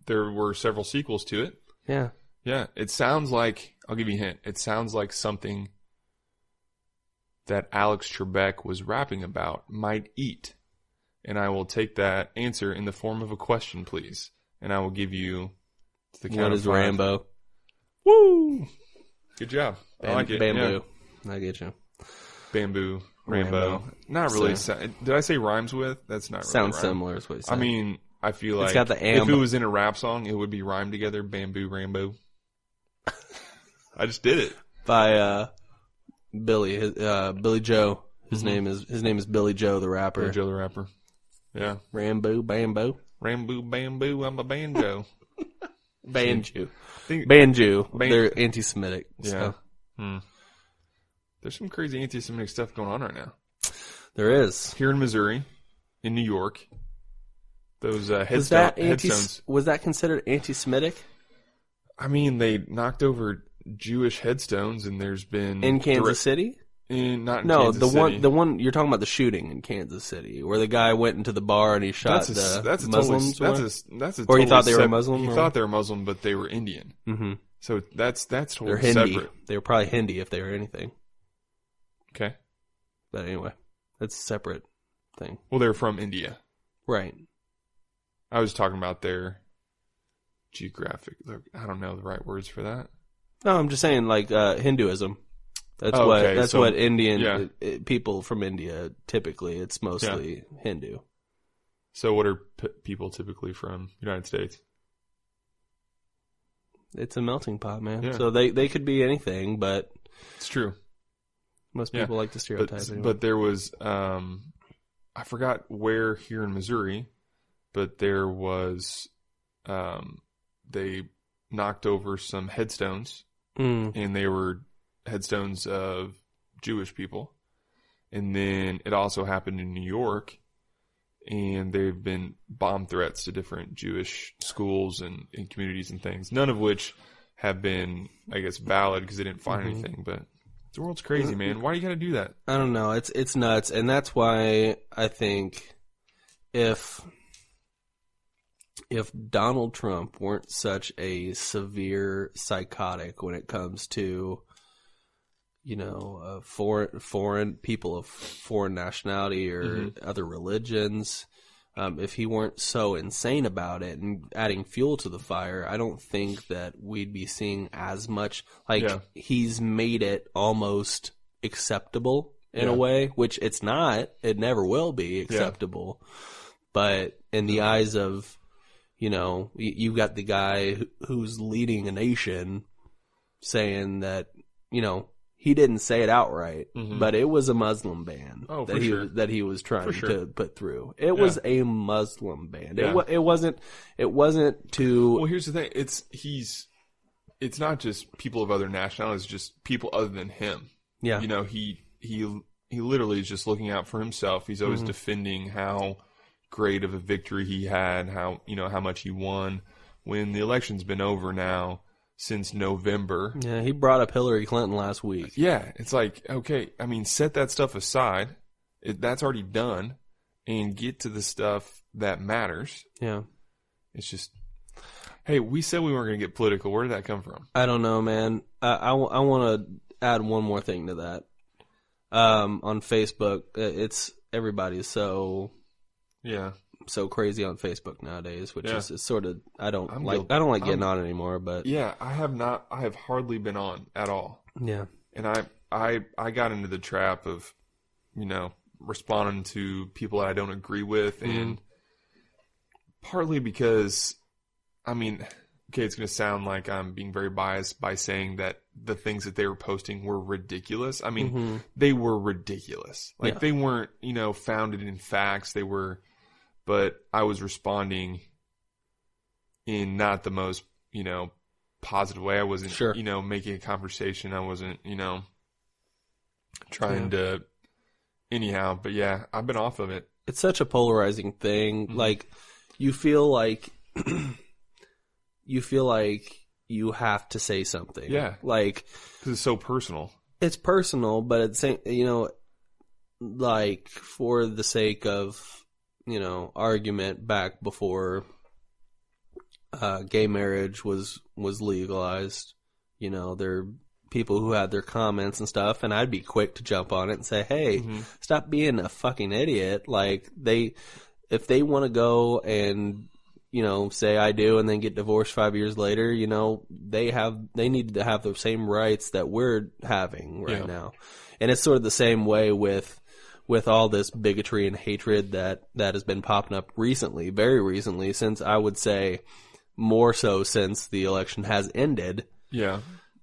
There were several sequels to it.
yeah,
Yeah, it sounds like I'll give you a hint. It sounds like something that Alex Trebek was rapping about might eat. And I will take that answer in the form of a question, please. And I will give you to the count
what
of
is
five.
Rambo?
Woo! Good job. Oh, I
Bam-
like it.
bamboo. I get you.
Yeah. Bamboo. Rambo.
Rambo.
Not really. sou- did I say rhymes with? That's not really
Sounds
rhyme.
similar, is what you said.
I mean, I feel like
got the
if
amb.
it was in a rap song, it would be rhymed together. Bamboo
(laughs)
Rambo. I just did it.
by uh, Billy, his- uh, Billy Joe. His name is his name is Billy Joe, the rapper.
Mm-hmm. Joe the Rapper. Yeah.
Rambo, Bambo. (laughs)
Rambo Bamboo, I'm a banjo.
Banju.
think-
Banju.
Ban-
They're anti Semitic.
Yeah.
So.
Hmm. There's some crazy anti-Semitic stuff going on right now.
There is.
Here in Missouri, in New York, those uh,
Was
headstone,
that anti
headstones.
was that considered anti Semitic?
I mean, they knocked over Jewish headstones, and there's been
In Kansas
Mm, direct-
City?
in, not in
No,
Kansas
the
City.
one the one you're talking about the shooting in Kansas City where the guy went into the bar and he shot
that's a,
the
that's a
Muslims.
Totally, that's a that's a
Or he
totally
thought they were
sep-
Muslim
He
or-
thought they were Muslim, but they were Indian.
hmm
So that's that's
They're
totally
Hindi.
separate.
They were probably Hindi if they were anything.
Okay.
But anyway, that's a separate thing.
Well, they're from India.
Right.
I was talking about their geographic. their- I don't know the right words for that.
No, I'm just saying like uh, Hinduism. That's
Oh,
what
okay,
that's
so-
what Indian
yeah.
uh, people from India typically it's mostly Hindu.
So, what are p- people typically from United States?
It's a melting pot, man.
Yeah.
So they they could be anything, but
It's true,
most
Yeah.
people like to
but
stereotype. anyway.
but there was um, I forgot where here in Missouri, but there was um, they knocked over some headstones
Mm,
and they were headstones of Jewish people. And then it also happened in New York, and there have been bomb threats to different Jewish schools and, and communities and things, none of which have been, I guess, valid because they didn't find
Mhm.
anything. But the world's crazy, man. Why do you got to do that?
I don't know. It's it's nuts, and that's why I think if if Donald Trump weren't such a severe psychotic when it comes to you know uh, foreign foreign people of foreign nationality or
Mhm.
other religions. Um, if he weren't so insane about it and adding fuel to the fire, I don't think that we'd be seeing as much. Like
Yeah.
he's made it almost acceptable in
Yeah.
a way, which it's not. It never will be acceptable. But in the eyes of, you know, y- you've got the guy who- who's leading a nation saying that, you know, he didn't say it outright,
Mhm.
but it was a Muslim ban
Oh,
that
for
he
sure.
that he was trying
For sure.
to put through. It was a Muslim ban.
Yeah.
It wa- it wasn't it wasn't to
Well, here's the thing. It's he's. It's not just people of other nationalities; it's just people other than him.
yeah
you know he he he literally is just looking out for himself he's
Mm-hmm.
always defending how great of a victory he had how you know how much he won when the election's been over now since november
yeah. He brought up Hillary Clinton last week.
yeah it's like okay i mean set that stuff aside it, that's already done and get to the stuff that matters
Yeah.
it's just hey we said we weren't going to get political where did that come from
I don't know, man. I, I, want to add one more thing to that. Um, on Facebook, uh, it's everybody's so
yeah
so crazy on Facebook nowadays, which
Yeah.
is, is sort of I don't
I'm
like.
guilty.
I don't like getting
I'm-
on anymore, but
yeah i have not i have hardly been on at all
yeah,
and I I I got into the trap of, you know, responding to people that I don't agree with, and partly because, I mean, okay, it's going to sound like I'm being very biased by saying that the things that they were posting were ridiculous. I mean,
Mhm.
they were ridiculous. Like
Yeah.
they weren't, you know, founded in facts. They were, but I was responding in not the most, you know, positive way. I wasn't,
Sure.
you know, making a conversation. I wasn't, you know, trying to, anyhow. But yeah, I've been off of it.
it's such a polarizing thing.
Mhm.
Like you feel like (clears throat) you feel like you have to say something.
Yeah.
like
Because it's so personal.
it's personal, but it's same, you know, like for the sake of you know argument back before uh, gay marriage was was legalized, you know, there are people who had their comments and stuff, and I'd be quick to jump on it and say, hey,
Mhm.
stop being a fucking idiot. Like they, if they want to go and you know say I do and then get divorced five years later, you know they have they need to have the same rights that we're having right
Yeah.
now, and it's sort of the same way with with all this bigotry and hatred that that has been popping up recently, very recently, since I would say more so since the election has ended
Yeah.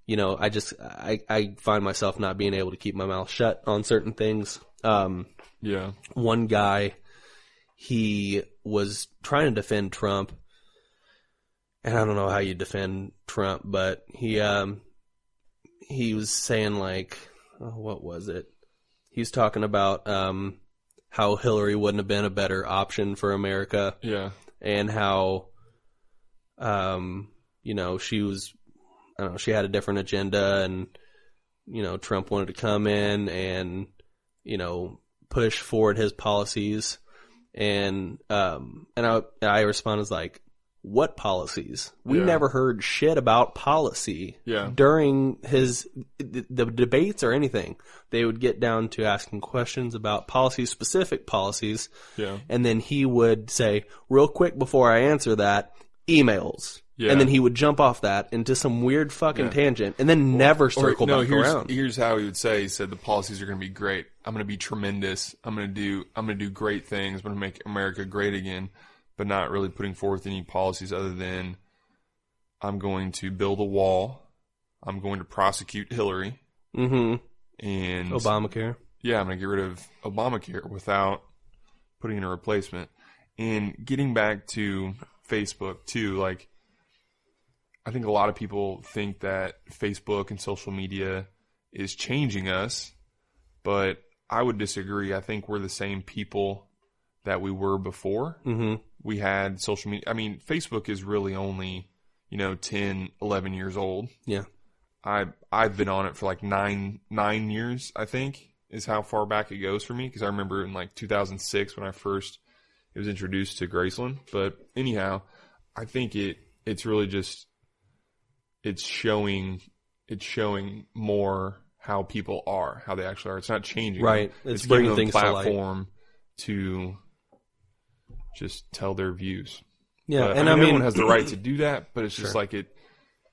you know, I just I, I find myself not being able to keep my mouth shut on certain things. Um,
Yeah.
one guy, he was trying to defend Trump, and I don't know how you defend Trump, but he um he was saying like oh, what was it? He was talking about um how Hillary wouldn't have been a better option for America
Yeah.
and how um you know she was I don't know she had a different agenda and you know Trump wanted to come in and you know push forward his policies and um and I I respond as like what policies we
Yeah.
never heard shit about policy
Yeah.
during his the, the debates or anything they would get down to asking questions about policies specific policies
Yeah.
and then he would say, real quick before I answer that, emails.
Yeah.
And then he would jump off that into some weird fucking
Yeah.
tangent and then never
Or,
circle
no,
back
here's, e-
around.
here's how he would say. He said the policies are going to be great. I'm going to be tremendous. I'm going to do. I'm going to do great things. I'm going to make America great again, but not really putting forth any policies other than I'm going to build a wall. I'm going to prosecute Hillary
mm-hmm.
and
Obamacare.
yeah, I'm going to get rid of Obamacare without putting in a replacement. And getting back to Facebook too, like I think a lot of people think that Facebook and social media is changing us, but I would disagree. I think we're the same people that we were before
Mm-hmm.
we had social media. I mean, Facebook is really only, you know, 10, 11 years old.
Yeah.
I I've been on it for like 9 9 years, I think, is how far back it goes for me because I remember in like 2006 when I first it was introduced to Graceland, but anyhow, I think it it's really just it's showing it's showing more how people are, how they actually are. It's not changing.
Right.
It's,
It's
giving
bringing
them
things to light.
platform to just tell their views.
Yeah.
But,
and
I mean,
I mean,
everyone has the
(clears throat)
right to do that, but it's just
Sure.
like it.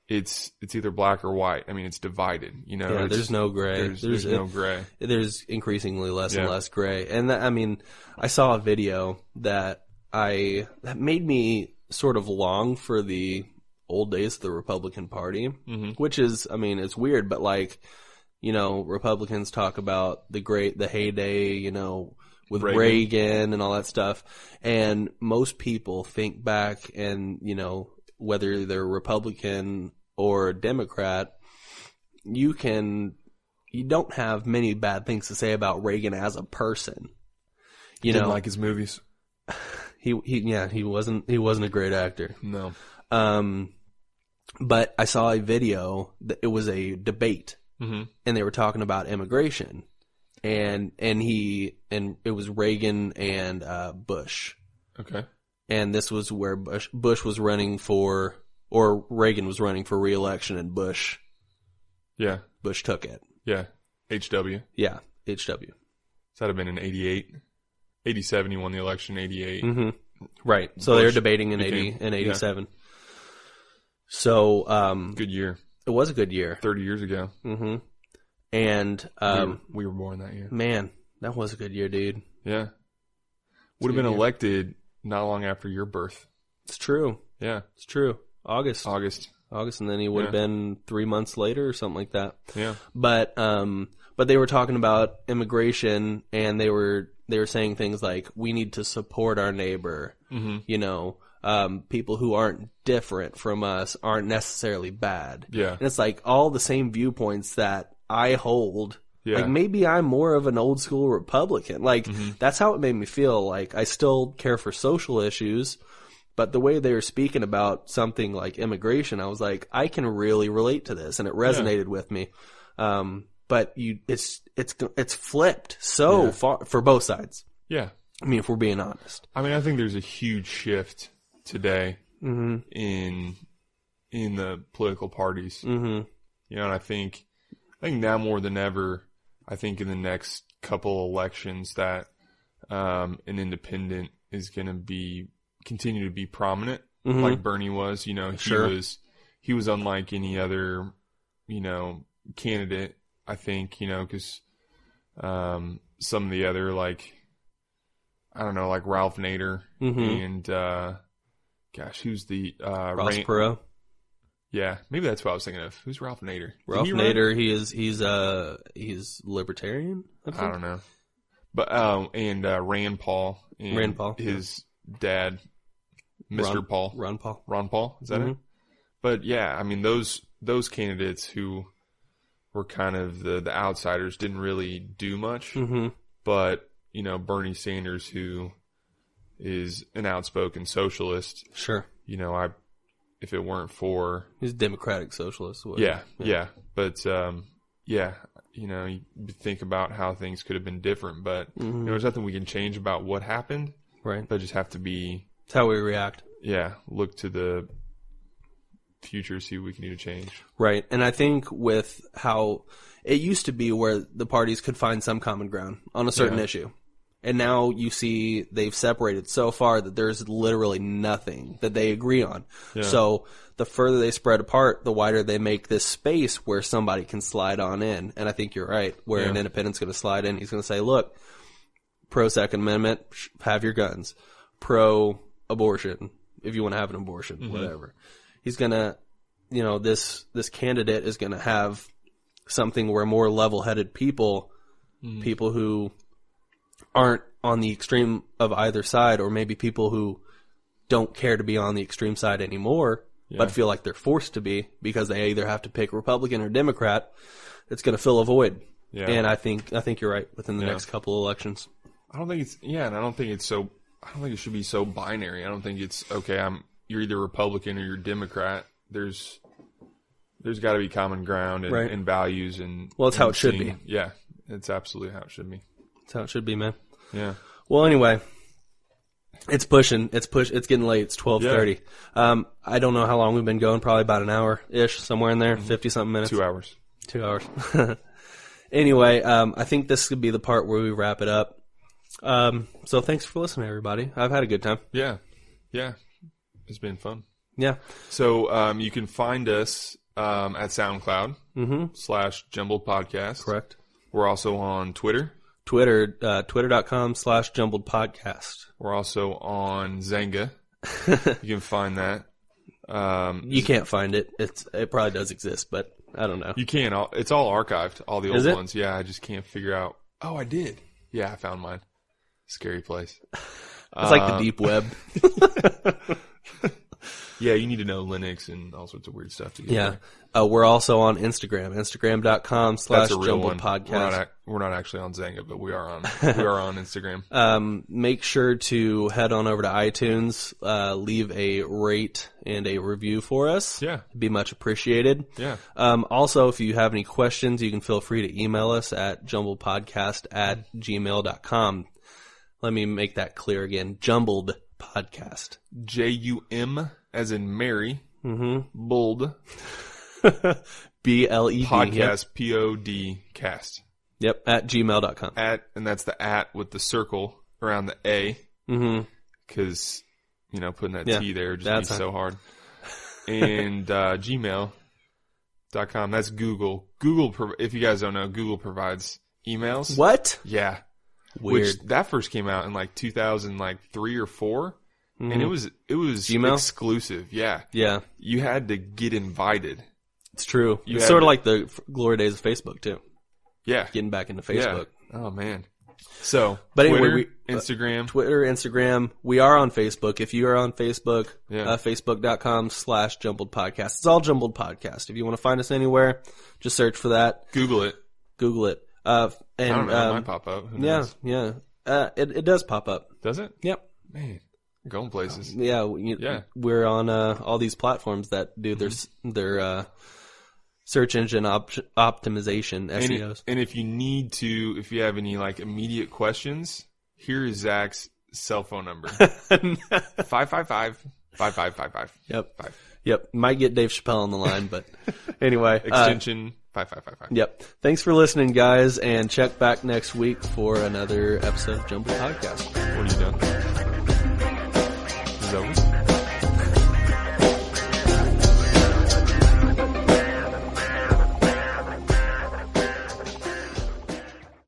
It's it's either black or white. I mean, it's divided. You know,
(laughs) yeah,
It's-
there's no gray.
there's, there's no gray.
there's increasingly less and
Yeah.
less gray. And that, I mean, I saw a video that I that made me sort of long for the old days of the Republican Party,
Mhm.
which is, I mean, it's weird, but like, you know, Republicans talk about the great, the heyday, you know, with
Reagan.
Reagan, and all that stuff. And most people think back and, you know, whether they're Republican or Democrat, you can you don't have many bad things to say about Reagan as a person. You
Didn't
know,
like his movies.
he he yeah, he wasn't he wasn't a great actor.
No.
Um but I saw a video that it was a debate
Mm-hmm.
and they were talking about immigration. And and he and it was Reagan and uh Bush.
Okay.
And this was where Bush Bush was running for or Reagan was running for re-election and Bush
Yeah.
Bush took it.
Yeah. H.W.
Yeah, HW.
So that'd have been in 88. 87, he won the election. 88.
hmm Right. So they're
Mm-hmm. Bush
debating in
became-
eighty and
yeah.
eighty seven. So um,
Good year.
it was a good year.
30 years ago.
hmm And um,
we, were, we were born that year.
man, that was a good year, dude.
Yeah. Would have
good
been
year.
elected not long after your birth.
It's true.
Yeah.
It's true. August,
August.
August, and then he would have
Yeah.
been three months later or something like that.
Yeah.
but um but they were talking about immigration and they were they were saying things like we need to support our neighbor
Mhm.
you know um people who aren't different from us aren't necessarily bad
Yeah.
and it's like all the same viewpoints that i hold
Yeah. Mm-hmm.
like maybe i'm more of an old school republican like that's how it made me feel like i still care for social issues but the way they were speaking about something like immigration, I was like, I can really relate to this, and it resonated with me. Um, but you, it's it's it's flipped so
Yeah.
far for both sides.
yeah.
I mean, if we're being honest,
I mean, I think there's a huge shift today
hmm
in in the political parties.
hmm
You know, and I think I think now more than ever, I think in the next couple elections that um, an independent is going to be continue to be prominent,
Mhm.
like Bernie was. You know, he
Sure.
was he was unlike any other you know candidate. I think you know because um, some of the other like I don't know like Ralph Nader
Mhm.
and uh, gosh, who's the uh,
Ross
Ran-
Perot,
yeah, maybe that's what I was thinking of. Who's Ralph Nader? Did
Ralph
he run?
Nader, he is he's uh he's libertarian. I think.
I don't know. But um, and uh, Rand Paul, and
Rand Paul,
his dad, Mr.
Ron-
Paul,
Ron Paul.
Ron Paul, is that it?
Mhm.
But yeah, I mean those those candidates who were kind of the the outsiders didn't really do much.
hmm
But you know Bernie Sanders, who is an outspoken socialist,
Sure.
you know I if it weren't for
He's a democratic socialist. what-
yeah, yeah, But um, yeah, you know, you think about how things could have been different, but you know, there's nothing we can change about what happened.
Mm-hmm, Right.
But just have to be,
That's how we react.
yeah, look to the future, see what we can do to change.
Right. And I think with how it used to be where the parties could find some common ground on a certain
Yeah.
issue. And now you see they've separated so far that there's literally nothing that they agree on. So the further they spread apart, the wider they make this space where somebody can slide on in. And I think you're right, where an
Yeah.
independent's going to slide in. He's going to say, look, pro Second Amendment, sh- have your guns. Pro abortion, if you want to have an abortion, whatever. He's gonna, you know, this this candidate is gonna have something where more level headed people, people who aren't on the extreme of either side, or maybe people who don't care to be on the extreme side anymore, but feel like they're forced to be because they either have to pick Republican or Democrat. It's gonna fill a void.
Yeah.
And I think I think you're right within the next couple elections.
I don't think it's, yeah, and I don't think it's so, I don't think it should be so binary. I don't think it's, okay, I'm, you're either Republican or you're Democrat. There's, there's got to be common ground and,
Right.
and values and
Well, it's how
and
it should be.
seeing- Yeah, it's absolutely how it should be.
That's how it should be, man.
Yeah.
Well, anyway, it's pushing. It's push. It's getting late. It's twelve thirty. Um, I don't know how long we've been going. Probably about an hour ish, somewhere in there, 50 something minutes.
Two hours.
Mm-hmm. Two hours. (laughs) anyway, um, I think this could be the part where we wrap it up. Um, so thanks for listening, everybody. I've had a good time.
Yeah. Yeah. It's been fun.
Yeah.
So um, you can find us um, at SoundCloud slash Jumbled Podcast.
Mm-hmm. Correct.
We're also on Twitter.
Twitter, uh, twitter.com slash jumbled podcast.
We're also
(laughs)
on Zanga. you can find that. Um,
You can't find it. It's, it probably does exist, but I don't know.
you can. all- It's all archived. All the old
it?
ones. Yeah. I just can't figure out. Oh, I did. Yeah, I found mine. Scary place.
It's like the deep web.
Yeah, you need to know Linux and all sorts of weird stuff to get
Yeah.
there.
Uh, we're also on Instagram, instagram.com slash
That's a real
jumbled
one. We're not,
podcast.
ac- we're not actually on Zanga, but
(laughs)
we are on. we are on Instagram.
Um, make sure to head on over to iTunes, uh, leave a rate and a review for us.
Yeah.
It'd be much appreciated.
Yeah.
Um, also, if you have any questions, you can feel free to email us at jumbledpodcast at gmail.com. Let me make that clear again. Jumbled podcast.
J U M as in Mary. Mm-hmm. Bold
(laughs) B L E D. Yep.
podcast P O D cast
yep. At gmail.com.
at and that's the at with the circle around the A
Mm-hmm.
because you know putting that
Yeah,
T there would
that's
just be so
(laughs)
hard. And uh, Gmail dot com. That's Google. Google. Prov- if you guys don't know, Google provides emails.
What?
Yeah.
Weird.
Which that first came out in like 2000, like three or 4 and it was it was
Gmail?
exclusive. Yeah,
Mm-hmm. yeah.
you had to get invited.
It's true.
You
it's
had
sort
to-
of like the f- glory days of Facebook too.
Yeah,
Getting back into Facebook,
Yeah. Oh man. So,
But anyway,
Twitter,
we- uh,
Instagram.
Twitter, Instagram. We are on Facebook. If you are on Facebook,
Yeah.
uh, facebook.com slash jumbled podcast. It's all jumbled podcast. If you want to find us anywhere, just search for that.
Google it.
Google it. Uh, and,
I don't know. it
um,
might pop up. Who
yeah,
knows?
yeah. Uh, it, it does pop up.
Does it?
Yep.
Man, we're going places.
Yeah. we-
Yeah. Mm-hmm.
We're on, uh, all these platforms that do their, s their, uh, search engine op- optimization,
And, i-
SEOs.
and if you need to, if you have any like immediate questions, here is Zach's cell phone number (laughs) 555 5555.
E Yep.
Five.
Yep. Might get Dave Chappelle on the line, but anyway. uh,
Extension 5555.
yep. Thanks for listening, guys, and check back next week for another episode of Jumble Podcast.
What are you doing? Is that over?